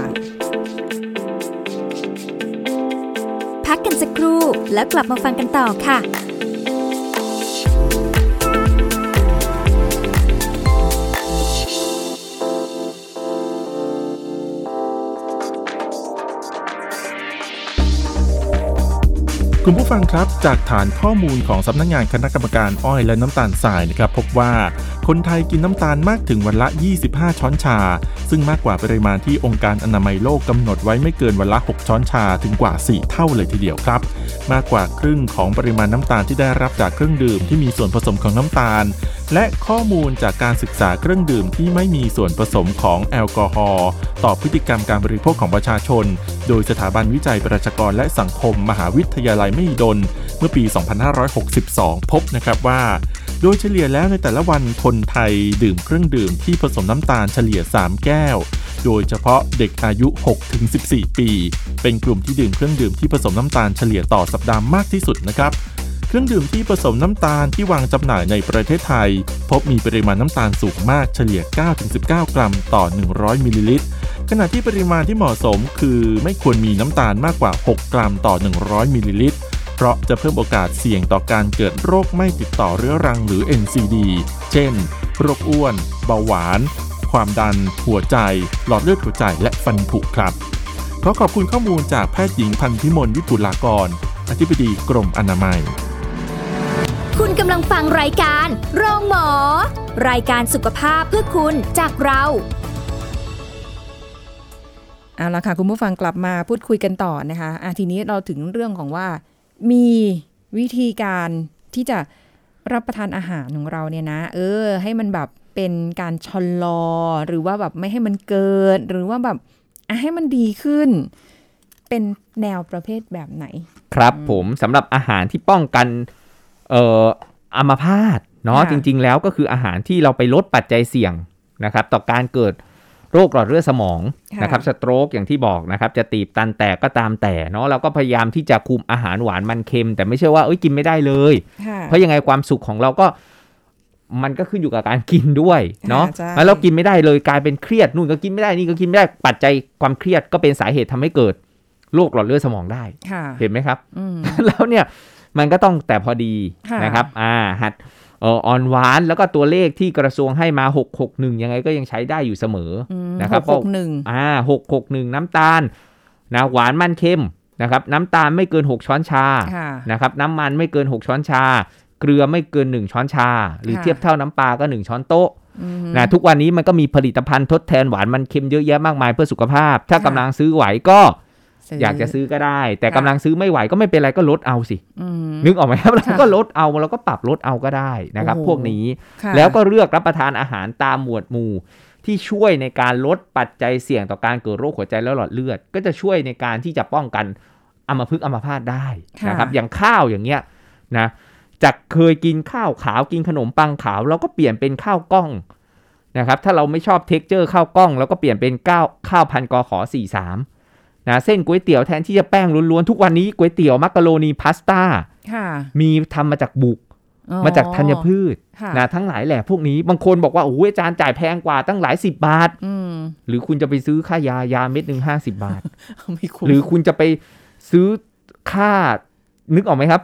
Speaker 1: พักกันสักครู่แล้วกลับมาฟังกันต่อค่ะ
Speaker 4: คุณผู้ฟังครับ จากฐานข้อมูลของสำนักงานคณะกรรมการอ้อยและน้ำตาลทรายนะครับ พบว่าคนไทยกินน้ำตาลมากถึงวันละ 25 ช้อนชา ซึ่งมากกว่าปริมาณที่องค์การอนามัยโลกกำหนดไว้ไม่เกินวันละ 6 ช้อนชาถึงกว่า 4 เท่าเลยทีเดียวครับ มากกว่าครึ่งของปริมาณน้ำตาลที่ได้รับจากเครื่องดื่มที่มีส่วนผสมของน้ำตาล และข้อมูลจากการศึกษาเครื่องดื่มที่ไม่มีส่วนผสมของแอลกอฮอล์ต่อพฤติกรรมการบริโภคของประชาชน โดยสถาบันวิจัยประชากรและสังคม มหาวิทยาลัยมหิดล เมื่อปี 2562 พบนะครับว่า โดยเฉลี่ยแล้วในแต่ละวันคนไทยดื่มเครื่องดื่มที่ผสมน้ำตาลเฉลี่ย 3 แก้ว โดยเฉพาะเด็กอายุ 6-14 ปี เป็นกลุ่มที่ดื่มเครื่องดื่มที่ผสมน้ำตาลเฉลี่ยต่อสัปดาห์มากที่สุดนะครับ เครื่องดื่มที่ผสมน้ำตาลที่วางจำหน่ายในประเทศไทย พบมีปริมาณน้ำตาลสูงมากเฉลี่ย 9-19 กรัมต่อ 100 มิลลิลิตร ขณะที่ปริมาณที่เหมาะสมคือไม่ควรมีน้ำตาลมากกว่า 6 กรัมต่อ 100 มิลลิลิตร เพราะจะเพิ่มโอกาสเสี่ยงต่อการเกิดโรคไม่ติดต่อเรื้อรังหรือ NCD เช่น โรคอ้วน เบาหวาน ความดัน หัวใจ หลอดเลือดหัวใจและฟันผุครับ ขอขอบคุณข้อมูลจากแพทย์หญิงพันธิมลวิปุลากร อธิบดีกรมอนามัย
Speaker 1: คุณกำลังฟังรายการ โรงหมอ รายการสุขภาพเพื่อคุณจากเรา
Speaker 2: เอาละค่ะ คุณผู้ฟังกลับมาพูดคุยกันต่อนะคะอ่ะทีนี้เราถึงเรื่องของว่า มีวิธีการที่จะรับประทานอาหารของเราเนี่ยนะ เออ ให้มันแบบเป็นการชะลอ หรือว่าแบบไม่ให้มันเกิด หรือว่าแบบอ่ะให้มันดีขึ้น เป็นแนวประเภทแบบไหน
Speaker 3: ครับผมสำหรับอาหารที่ป้องกันเอ่ออัมพาตเนาะ
Speaker 2: ค่ะ
Speaker 3: จริง ๆ แล้วก็คืออาหารที่เราไปลดปัจจัยเสี่ยงนะครับ ต่อการเกิดโรคหลอดเลือดสมอง
Speaker 2: ค่ะ
Speaker 3: นะครับสโตรกอย่างที่บอกนะครับ จะตีบตันแตกก็ตามแต่เนาะเราก็พยายามที่จะคุมอาหารหวานมันเค็ม แต่ไม่ใช่ว่าเอ้ยกินไม่ได้เลย
Speaker 2: ค่ะ
Speaker 3: เพราะยังไงความสุขของเราก็มันก็ขึ้นอยู่กับการกินด้วยเนาะ
Speaker 2: อ่าใช่
Speaker 3: แล้วเรากินไม่ได้เลยกลายเป็นเครียดนู่นก็กินไม่ได้นี่ก็กินไม่ได้ปัจจัยความเครียดก็เป็นสาเหตุทำให้เกิดโรคหลอดเลือดสมองได้
Speaker 2: ค่ะ
Speaker 3: เห็นไหมครับ
Speaker 2: อืม
Speaker 3: แล้วเนี่ยมันก็ต้องแต่พอดี
Speaker 2: ค่ะ
Speaker 3: นะครับ อ่าหัดเอ่ออ่อนหวานแล้วก็ตัวเลขที่กระทรวงให้มา 661 ยังไงก็ยังใช้ได้อยู่เสมออ
Speaker 2: อืม
Speaker 3: นะครับ
Speaker 2: ห
Speaker 3: ก็
Speaker 2: กหกหนึ่ง
Speaker 3: อ่า661 น้ำตาลนะหวานมันเค็มนะครับ น้ำตาลไม่เกิน 6 ช้อนชา
Speaker 2: ค่ะ
Speaker 3: นะครับน้ำมันไม่เกิน 6 ช้อนชา เกลือไม่เกิน 1 ช้อนชา หรือ
Speaker 2: ค่ะ
Speaker 3: เทียบเท่าน้ำปลาก็ 1 ช้อนโต๊ะ
Speaker 2: อืม
Speaker 3: นะทุกวันนี้มันก็มีผลิตภัณฑ์ทดแทนหวานมันเค็มเยอะแยะมากมายเพื่อสุขภาพ ถ้า
Speaker 2: ค่ะ
Speaker 3: กำลังซื้อไหวก็ อยากจะซื้อก็ได้ แต่
Speaker 2: ค่ะ
Speaker 3: กำลังซื้อไม่ไหวก็ไม่เป็นไรก็ลดเอาสิ
Speaker 2: ม
Speaker 3: นึกออกไหมครับเรา
Speaker 2: ค่ะ
Speaker 3: ก็ลดเอาเราก็ปรับลดเอาก็ได้นะครับ
Speaker 2: โอ้โห
Speaker 3: พวกนี้
Speaker 2: ค่ะ
Speaker 3: แล้วก็เลือกรับประทานอาหารตามหมวดหมู่ ที่ช่วยในการลดปัจจัยเสี่ยงต่อการเกิดโรคหัวใจและหลอดเลือด ก็จะช่วยในการที่จะป้องกันอัมพฤกษ์อัมพาตได้นะครับ อย่างข้าวอย่างเงี้ยนะจากเคยกินข้าวขาวกินขนมปังขาวเราก็เปลี่ยนเป็นข้าวกล้องนะครับถ้าเราไม่ชอบเท็กเจอร์ข้าวกล้องเราก็เปลี่ยนเป็นข้าวข้าวพันกอขอสี่สามนะเส้นก๋วยเตี๋ยวแทนที่จะแป้งล้วนๆทุกวันนี้ก๋วยเตี๋ยวมักกะโรนีพาสต้า
Speaker 2: ค่ะ
Speaker 3: มีทำมาจากบุก
Speaker 2: อ๋อ
Speaker 3: มาจากธัญพืช
Speaker 2: ค่ะ
Speaker 3: นะทั้งหลายแหล่พวกนี้บางคนบอกว่าโอ้ยอาจารย์จ่ายแพงกว่าตั้งหลายสิบบาท
Speaker 2: อืม
Speaker 3: หรือคุณจะไปซื้อค่ายายาเม็ดหนึ่งห้าสิบบาท
Speaker 2: ไม่คุ้ม
Speaker 3: หรือคุณจะไปซื้อค่านึกออกไหมครับ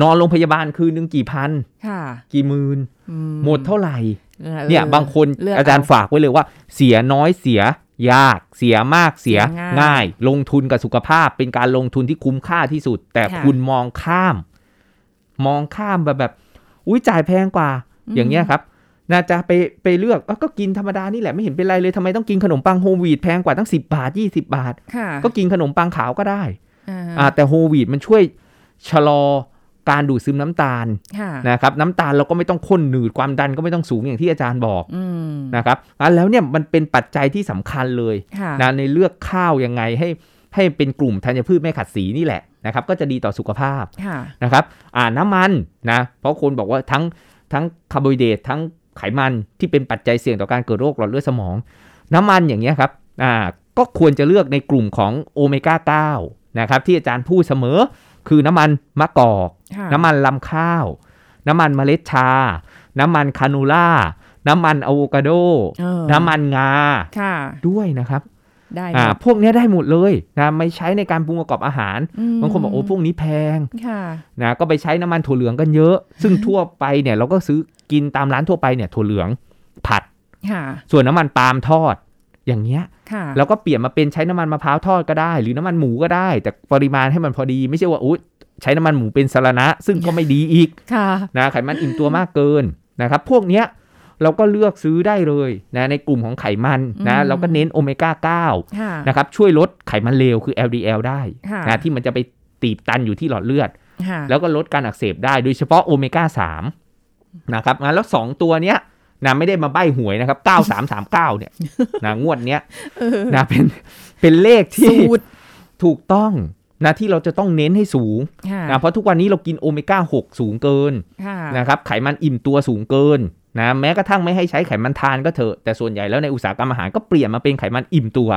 Speaker 3: นอนโรงพยาบาลคืนหนึ่งกี่พัน
Speaker 2: ค่ะ
Speaker 3: กี่หมื่น
Speaker 2: อื
Speaker 3: หมดเท่าไหร่
Speaker 2: ออ
Speaker 3: เนี่ยบางคน
Speaker 2: เลืก
Speaker 3: อาจารย์
Speaker 2: เ
Speaker 3: ฝากไว้เลยว่า เสียน้อยเสีย ยาก เสียมากเสีย
Speaker 2: เสียง่าย
Speaker 3: ง่าย ลงทุนกับสุขภาพเป็นการลงทุนที่คุ้มค่าที่สุด แต่
Speaker 2: ค่ะ
Speaker 3: คุณมองข้าม มองข้ามแบบแบบ อุ้ยจ่ายแพงกว่า อย่างเงี้ยครับ น่าจะไปไปเลือกเอ้าก็กินธรรมดานี่แหละไม่เห็นเป็นไรเลยทำไมต้องกินขนมปังโฮมวีดแพงกว่าตั้ง 10 บาท 20 บาท
Speaker 2: ค่ะ
Speaker 3: ก็กินขนมปังขาวก็ได้
Speaker 2: อ่า
Speaker 3: อ่าแต่โฮมวีดมันช่วยชะลอการดูดซึมน้ำตาล
Speaker 2: ค่ะ
Speaker 3: นะครับน้ำตาลเราก็ไม่ต้องข้นหนืดความดันก็ไม่ต้องสูงอย่างที่อาจารย์บอก
Speaker 2: อืม
Speaker 3: นะครับอ่ะแล้วเนี่ยมันเป็นปัจจัยที่สำคัญเลย
Speaker 2: ค่ะ
Speaker 3: นะในเลือกข้าวยังไงให้ให้เป็นกลุ่มธัญพืชไม่ขัดสีนี่แหละนะครับก็จะดีต่อสุขภาพ
Speaker 2: ค่ะ
Speaker 3: นะครับอ่าน้ำมันนะเพราะคนบอกว่าทั้งทั้งคาร์โบไฮเดรตทั้งไขมันที่เป็นปัจจัยเสี่ยงต่อการเกิดโรคหลอดเลือดสมอง น้ำมันอย่างเงี้ยครับอ่าก็ควรจะเลือกในกลุ่มของโอเมก้า9นะครับที่อาจารย์พูดเสมอคือน้ำมันมะกอก
Speaker 2: ค่ะ
Speaker 3: น้ำมันลำข้าว น้ำมันเมล็ดชา น้ำมันคานูล่า น้ำมันอะโวคาโด
Speaker 2: เออ
Speaker 3: น้ำมันงา
Speaker 2: ค่ะ
Speaker 3: ด้วยนะครับ
Speaker 2: ได้
Speaker 3: อ่า
Speaker 2: หมด
Speaker 3: พวกเนี้ยได้หมดเลยนะไม่ใช้ในการปรุงประกอบอาหาร
Speaker 2: ม
Speaker 3: บางคนบอกโอ้พวกนี้แพง
Speaker 2: ค่ะ
Speaker 3: นะก็ไปใช้น้ำมันถั่วเหลืองกันเยอะ ซึ่งทั่วไปเนี่ยเราก็ซื้อกินตามร้านทั่วไปเนี่ยถั่วเหลืองผัด
Speaker 2: ค่ะ
Speaker 3: ส่วนน้ำมันปาล์มทอด อย่างเงี้ย
Speaker 2: ค่ะ
Speaker 3: แล้วก็เปลี่ยนมาเป็นใช้น้ำมันมะพร้าวทอดก็ได้ หรือน้ำมันหมูก็ได้ แต่ปริมาณให้มันพอดีไม่ใช่ว่าอุ๊ยใช้น้ำมันหมูเป็นสารณะ ซึ่งก็ไม่ดีอีก
Speaker 2: ค่ะ
Speaker 3: นะไขมันอิ่มตัวมากเกินนะครับ พวกเนี้ยเราก็เลือกซื้อได้เลยนะในกลุ่มของไขมันนะ
Speaker 2: อืม
Speaker 3: เราก็เน้นโอเมก้า
Speaker 2: ค่ะ
Speaker 3: 9นะครับช่วยลดไขมันเลวคือ LDL ได้
Speaker 2: ค่ะ
Speaker 3: นะที่มันจะไปตีบตันอยู่ที่หลอดเลือด
Speaker 2: ค่ะ
Speaker 3: แล้วก็ลดการอักเสบได้โดยเฉพาะโอเมก้า3นะครับอ่ะแล้ว 2 ตัวเนี้ยนะไม่ได้มาใบ้หวยนะครับ 9339เนี่ยนะงวดเนี้ย
Speaker 2: เออ
Speaker 3: นะเป็นเป็นเลขที่
Speaker 2: สูตร
Speaker 3: ถูกต้องนะที่เราจะต้องเน้นให้สูง
Speaker 2: ค่ะ
Speaker 3: นะเพราะทุกวันนี้เรากินโอเมก้า6สูงเกิน
Speaker 2: ค่ะ
Speaker 3: นะครับไขมันอิ่มตัวสูงเกินนะแม้กระทั่งไม่ให้ใช้ไขมันทานก็เถอะแต่ส่วนใหญ่แล้วในอุตสาหกรรมอาหารก็เปลี่ยนมาเป็นไขมันอิ่มตัว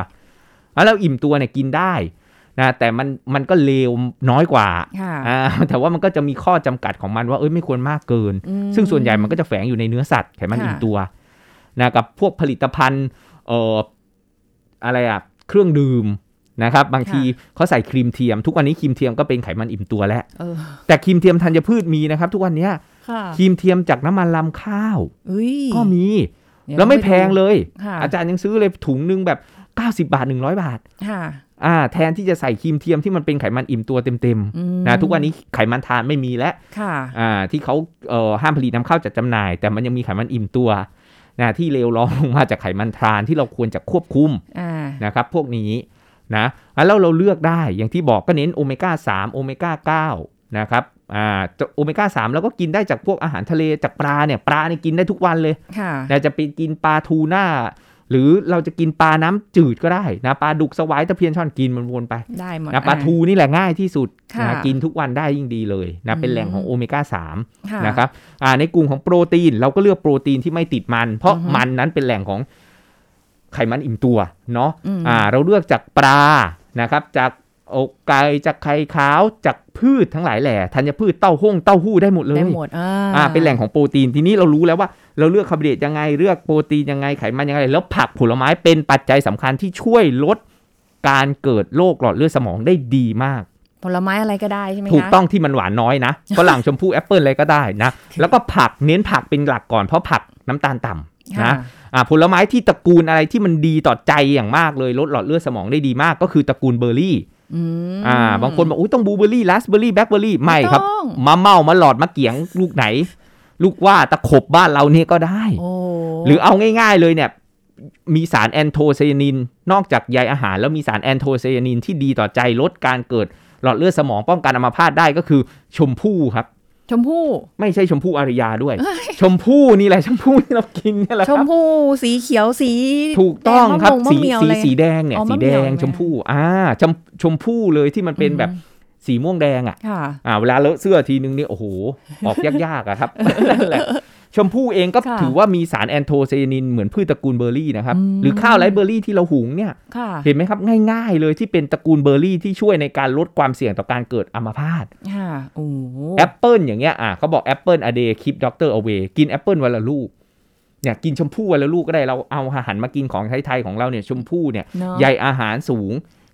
Speaker 3: อ่ะแล้วอิ่มตัวเนี่ยกินได้นะแต่มันมันก็เลวน้อยกว่า
Speaker 2: ค่ะ
Speaker 3: อ่าแต่ว่ามันก็จะมีข้อจำกัดของมันว่าเอ้ยไม่ควรมากเกิน
Speaker 2: อืม
Speaker 3: ซึ่งส่วนใหญ่มันก็จะแฝงอยู่ในเนื้อสัตว์ไขมัน
Speaker 2: ค่ะ
Speaker 3: อิ่มตัวนะกับพวกผลิตภัณฑ์เอ่ออะไรอะเครื่องดื่มนะครับ บางทีเขาใส่ครีมเทียม ทุกวันนี้ครีมเทียมก็เป็นไขมันอิ่มตัวแล้ว
Speaker 2: เออ
Speaker 3: แต่ครีมเทียมธัญพืชมีนะครับ ทุกวันเนี้ย
Speaker 2: ค่ะ
Speaker 3: ครีมเทียมจากน้ำมันลำข้าว
Speaker 2: อุ้ย
Speaker 3: ก็มี
Speaker 2: เดี๋ย
Speaker 3: แล้วไม่
Speaker 2: ราป
Speaker 3: แพ
Speaker 2: ดู
Speaker 3: งเลย
Speaker 2: ค่ะ
Speaker 3: อาจารย์ยังซื้อเลยถุงหนึงแบบ 90 บาท 100 บาท
Speaker 2: ค่ะ
Speaker 3: อ่าแทนที่จะใส่ครีมเทียมที่มันเป็นไขมันอิ่มตัวเต็ม
Speaker 2: อืม
Speaker 3: ๆนะทุกวันนี้ไขมันทานไม่มีแล้ว
Speaker 2: ค่ะ
Speaker 3: อ่าที่เขาเอ่อห้ามผลิตนำเข้าจากจำหน่าย แต่มันยังมีไขมันอิ่มตัวนะที่เลวร้องลงมาจากไขมันทรานที่เราควรจะควบคุม
Speaker 2: อ่า
Speaker 3: นะครับพวกนี้นะอ่ะแล้วเราเลือกได้อย่างที่บอกก็เน้นโอเมก้า3โอเมก้า9นะครับอ่าโอเมก้า3แล้วก็กินได้จากพวกอาหารทะเลจากปลาเนี่ยปลาเนี่ยกินได้ทุกวันเลย
Speaker 2: ค่ะ
Speaker 3: เราจะไปกินปลาทูน่า หรือเราจะกินปลาน้ำจืดก็ได้นะปลาดุกสวายตะเพียนช่อนกินมันวนไป
Speaker 2: ได้หมด
Speaker 3: นะปลา
Speaker 2: อ่
Speaker 3: ทูนี่แหละง่ายที่สุด
Speaker 2: ค่ะ
Speaker 3: นะกินทุกวันได้ยิ่งดีเลยนะเป็น
Speaker 2: อืม
Speaker 3: แหล่งของโอเมก้า
Speaker 2: ค่ะ
Speaker 3: 3นะครับอ่าในกลุ่มของโปรตีนเราก็เลือกโปรตีนที่ไม่ติดมัน เพราะ
Speaker 2: อือฮึ
Speaker 3: มันนั้นเป็นแหล่งของไขมันอิ่มตัวเนาะ
Speaker 2: อืม
Speaker 3: อ่าเราเลือกจากปลานะครับจากอกไก่จากไข่ขาวจากพืชทั้งหลายแหล่ธัญพืชเต้าห้งเต้าหู้ได้หมดเลย
Speaker 2: ได้หมดอ่า
Speaker 3: อ่าเป็นแหล่งของโปรตีนทีนี้เรารู้แล้วว่าเราเลือกคาร์โบไฮเดรตยังไงเลือกโปรตีนยังไงไขมันยังไง แล้วผักผลไม้เป็นปัจจัยสำคัญที่ช่วยลดการเกิดโรคหลอดเลือดสมองได้ดีมาก
Speaker 2: ผลไม้อะไรก็ได้ใช่ไหมคะ
Speaker 3: ถูกต้องที่มันหวานน้อย นะฝรั่งชมพู่แอปเปิลอะไรก็ได้นะแล้วก็ผักเน้นผักเป็นหลักก่อนเพราะผักน้ำตาลต่ำ
Speaker 2: ค่
Speaker 3: นะอ่าผลไม้ที่ตระกูลอะไรที่มันดีต่อใจอย่างมากเลยลดหลอดเลือดสมองได้ดีมาก ก็คือตระกูลเบอร์รี่
Speaker 2: อืม
Speaker 3: อ่าบางคนบอกอุ้ยต้องบลูเบอร์รี่ราสเบอร์รี่แบล็คเบอร์รี่ไม่ครับ
Speaker 2: ต้อง
Speaker 3: มาเมามาหลอดมาเกียงลูกไหน ลูกว่าตะขบบ้านเราเนี่ยก็ได้
Speaker 2: โอ้
Speaker 3: หรือเอาง่าย ๆเลยเนี่ย มีสารแอนโทไซยานิน นอกจากใยอาหาร แล้วมีสารแอนโทไซยานินที่ดีต่อใจลดการเกิดหลอดเลือดสมองป้องกันอัมพาตได้ก็คือชมพู่ครับ
Speaker 2: ชมพู่
Speaker 3: ไม่ใช่ชมพู่อารยาด้วย ชมพู่นี่แหละชมพู่ที่เรากินเนี่ยแหละ
Speaker 2: ช
Speaker 3: ค
Speaker 2: ม
Speaker 3: รับ
Speaker 2: พู่สีเขียวสี
Speaker 3: ถูกต้อง
Speaker 2: แดมะ
Speaker 3: ครับ
Speaker 2: ม่วง
Speaker 3: สี
Speaker 2: มะเหมี่ยว
Speaker 3: สี
Speaker 2: อะไร
Speaker 3: สีแดงเนี่ย
Speaker 2: อ๋อ
Speaker 3: สี
Speaker 2: มะเหมี่ยว
Speaker 3: แดง
Speaker 2: ใช่ไหม
Speaker 3: ชมพู่อ่าชมชมพู่เลยที่มันเป็นแบบสีม่วงแดงอ่ะ
Speaker 2: ค่ะ
Speaker 3: อ่าเวลาเลอะเสื้อทีนึงเนี่ยโอ้โห ออกยากๆอะครับ นั่นแหละ ชมพู่เองก็
Speaker 2: ค่ะ
Speaker 3: ถือว่ามีสารแอนโทไซยานินเหมือนพืชตระกูลเบอร์รี่นะครับ
Speaker 2: อืม
Speaker 3: หรือข้าวไรซ์เบอร์รี่ที่เราหุงเนี่ย
Speaker 2: ค่ะ
Speaker 3: เห็นไหมครับ ง่ายๆเลยที่เป็นตระกูลเบอร์รี่ที่ช่วยในการลดความเสี่ยงต่อการเกิดอัมพาต
Speaker 2: ค่ะ โอ้โห
Speaker 3: แอปเปิลอย่างเงี้ยอ่ะเขาบอกแอปเปิลอเดย์คิปด็อกเตอร์เอาเวกินแอปเปิลวันละลูกเนี่ยกินชมพู่วันละลูกก็ได้เราเอาอาหารมากินของไทยๆของเราเนี่ยชมพู่เนี่ย
Speaker 2: เนอะ
Speaker 3: ใยอาหารสูง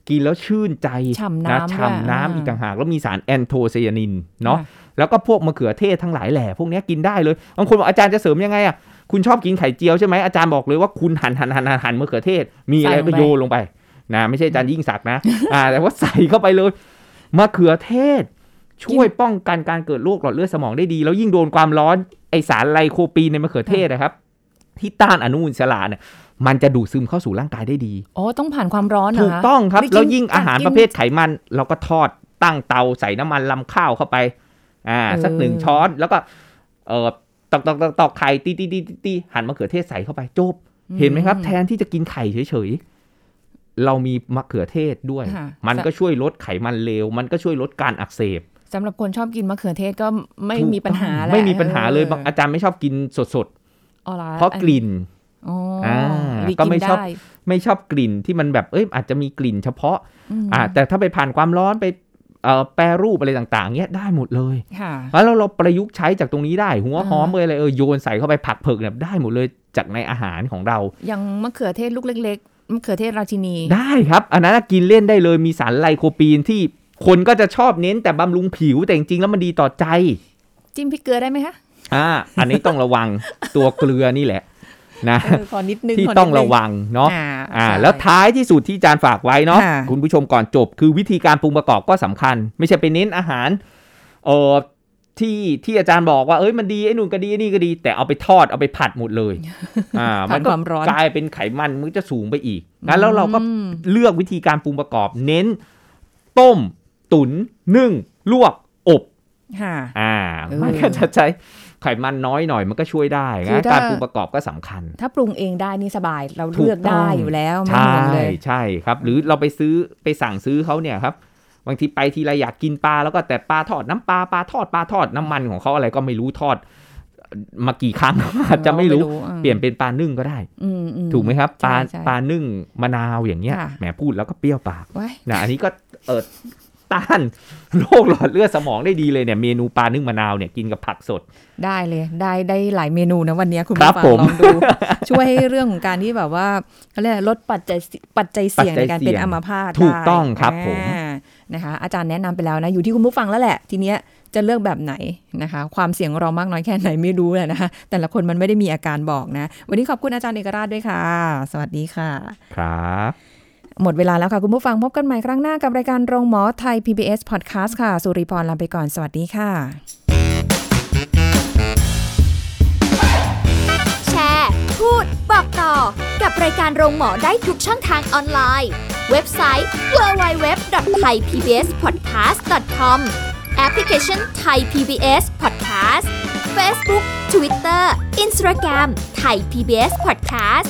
Speaker 3: กินแล้วชื่นใจ
Speaker 2: ฉ่ำน้ำ
Speaker 3: ฉ่ำ
Speaker 2: ด้วยอ่า
Speaker 3: น้ำอีกต่างหาก แล้วมีสารแอนโทไซยานินเนาะ
Speaker 2: ค่ะ
Speaker 3: แล้วก็พวกมะเขือเทศทั้งหลายแหล่พวกเนี้ยกินได้เลยบางคนบอกอาจารย์จะเสริมยังไงอ่ะคุณชอบกินไข่เจียวใช่ไหมอาจารย์บอกเลยว่าคุณหั่นหั่นหั่นหั่นหั่นมะเขือเทศ มีอะไรก็โยนลงไปนะไม่ใช่อาจารย์ยิ่งศักดิ์นะ อ่าแต่ว่าใส่เข้าไปเลยมะเขือเทศ ช่วยป้องกันการเกิดโรคหลอดเลือดสมองได้ดี แล้วยิ่งโดนความร้อนไอสารไลโคปีนในมะเขือเทศนะครับ ที่ต้านอนุมูลอิสระเนี่ยมันจะดูดซึมเข้าสู่ร่างกายได้ดี
Speaker 2: โอ้ต้องผ่านความร้อนเหร
Speaker 3: ถูก
Speaker 2: คะ
Speaker 3: ต้องครับ
Speaker 2: ไม่กิน
Speaker 3: แล้วยิ่งอาหาร
Speaker 2: กิน
Speaker 3: ประเภทไขมัน เราก็ทอดตั้งเตาใส่น้ำมันลำข้าวเข้าไป อ่า
Speaker 2: เออ
Speaker 3: สักหนึ่งช้อนแล้วก็ เออตอกตอกตอกตอกไข่ตีตีตีตีตีหั่นมะเขือเทศใส่เข้าไปจบ เห็นไหมครับ แทนที่จะกินไข่เฉยๆ เรามีมะเขือเทศด้วย
Speaker 2: ค่ะ
Speaker 3: มันก็ช่วยลดไขมันเลว มันก็ช่วยลดการอักเสบ
Speaker 2: สำหรับคนชอบกินมะเขือเทศก็ไม่
Speaker 3: ถูก
Speaker 2: มีปัญหา
Speaker 3: ต้อง
Speaker 2: แล้ว
Speaker 3: ไม่มีปัญหาเล
Speaker 2: อบ
Speaker 3: ยางอาจารย์ไม่ชอบกินสด
Speaker 2: อ๋อหอ
Speaker 3: ๆ เพราะกลิ่น
Speaker 2: อ๋ออา หรือ
Speaker 3: ก็ไม่ชอบ
Speaker 2: ด้
Speaker 3: ไม่ชอบกลิ่นที่มันแบบเอ้ยอาจจะมีกลิ่นเฉพาะ
Speaker 2: ม
Speaker 3: อ่าแต่ถ้าไปผ่านความร้อนไปเอ่อแปรรูปอะไรต่างๆเนี้ยได้หมดเลย
Speaker 2: ค่ะ
Speaker 3: แล้วเราประยุกต์ใช้จากตรงนี้ได้ หัว
Speaker 2: อ่า
Speaker 3: หอมเอยอะไรเออโยนใส่เข้าไปผักเผือกเนี่ยได้หมดเลยจากในอาหารของเรา
Speaker 2: อย่างมะเขือเทศลูกเล็กๆมะเขือเทศราชินี
Speaker 3: ได้ครับ อันนั้นกินเล่นได้เลยมีสารไลโคปีนที่คนก็จะชอบเน้นแต่บำรุงผิวแต่จริงๆแล้วมันดีต่อใจ
Speaker 2: จิ้มพริกเกลือได้ไหมคะ
Speaker 3: อ่าอันนี้ต้องระวัง ตัวเกลือนี่แหละนะ
Speaker 2: เออขอนิดนึง
Speaker 3: ที่
Speaker 2: ขนิดนึ
Speaker 3: ต้องระวังเนาะ
Speaker 2: อ่า
Speaker 3: อ่า
Speaker 2: ใช่
Speaker 3: แล้วท้ายที่สุดที่อาจารย์ฝากไว้เนาะ
Speaker 2: ค่ะ
Speaker 3: คุณผู้ชมก่อนจบ คือวิธีการปรุงประกอบก็สำคัญ ไม่ใช่ไปเน้นอาหารเอ่อที่ที่อาจารย์บอกว่าเอ้ยมันดีไอ้นู่นก็ดีไอ้นี่ก็ดี แต่เอาไปทอดเอาไปผัดหมดเลย อ่ามันก็
Speaker 2: ผ่านความร้อน
Speaker 3: กลายเป็นไขมันมันก็จะสูงไปอีกงั้นแล้วเราก็
Speaker 2: อืม
Speaker 3: เลือกวิธีการปรุงประกอบ เน้น ต้ม ตุน๋นนึ่ง ลวกอบ
Speaker 2: ค่ะ
Speaker 3: อ่า
Speaker 2: เออ
Speaker 3: มันก็จะใช้ไขมันน้อยหน่อยมันก็ช่วยได้
Speaker 2: คือ
Speaker 3: งั้น
Speaker 2: ถ้า
Speaker 3: การปรุงประกอบก็สำคัญ
Speaker 2: ถ้าปรุงเองได้นี่สบายเรา
Speaker 3: ถูก
Speaker 2: เลือกได้
Speaker 3: ต้อง
Speaker 2: อยู่แล้วไม่
Speaker 3: ใช่
Speaker 2: เหมือนเลย
Speaker 3: ใช่ครับ หรือเราไปซื้อไปสั่งซื้อเขาเนี่ยครับ บางทีไปทีไรอยากกินปลาแล้วก็แต่ปลาทอดน้ำปลาปลาทอดปลาทอดน้ำมันของเขาอะไรก็ไม่รู้ทอด มากี่ครั้ง อาจจะไม่รู้
Speaker 2: อ่า
Speaker 3: เปลี่ยนเป็นปลานึ่งก็ได้
Speaker 2: อืมอื
Speaker 3: ถูกไหมครับปลา
Speaker 2: ใช่
Speaker 3: ปลานึ่งมะนาวอย่างเงี้ย
Speaker 2: ค่ะ
Speaker 3: แหมพูดแล้วก็เปรี้ยวปาก
Speaker 2: ไว้าย
Speaker 3: นะอันนี้ก็เออต้านโรคหลอดเลือดสมองได้ดีเลยเนี่ยเมนูปลานึ่งมะนาวเนี่ยกินกับผักสด
Speaker 2: ได้เลยได้ได้หลายเมนูนะวันนี้คุณ
Speaker 3: ครับ
Speaker 2: ผู้ฟัง
Speaker 3: ผม
Speaker 2: ลองดู ช่วยให้เรื่องของการที่แบบว่าเขาเรียกอะไรลดปัจจัยปัจจัยเสี่ยง
Speaker 3: ปัจ
Speaker 2: ใน
Speaker 3: จัย
Speaker 2: การเป็น
Speaker 3: เสี่ยง
Speaker 2: อัมพาต
Speaker 3: ถูกต้องครับ
Speaker 2: ได้
Speaker 3: ผม
Speaker 2: อ่านะคะ อาจารย์แนะนำไปแล้วนะ อยู่ที่คุณผู้ฟังแล้วแหละ ทีเนี้ยจะเลือกแบบไหนนะคะ ความเสี่ยงของเรามากน้อยแค่ไหนไม่รู้แหละนะคะ แต่ละคนมันไม่ได้มีอาการบอกนะ วันนี้ขอบคุณอาจารย์เอกราชด้วยค่ะ สวัสดีค่ะ
Speaker 3: ครับ
Speaker 2: หมดเวลาแล้วค่ะ คุณผู้ฟังพบกันใหม่ครั้งหน้ากับรายการโรงหมอไทย PBS Podcast ค่ะ สุริพรลาไปก่อน สวัสดีค่ะ
Speaker 1: แชร์ พูด บอกต่อ กับรายการโรงหมอได้ทุกช่องทางออนไลน์ เว็บไซต์ www.thaipbspodcast.com แอปพลิเคชัน Thai PBS Podcast Facebook Twitter Instagram Thai PBS Podcast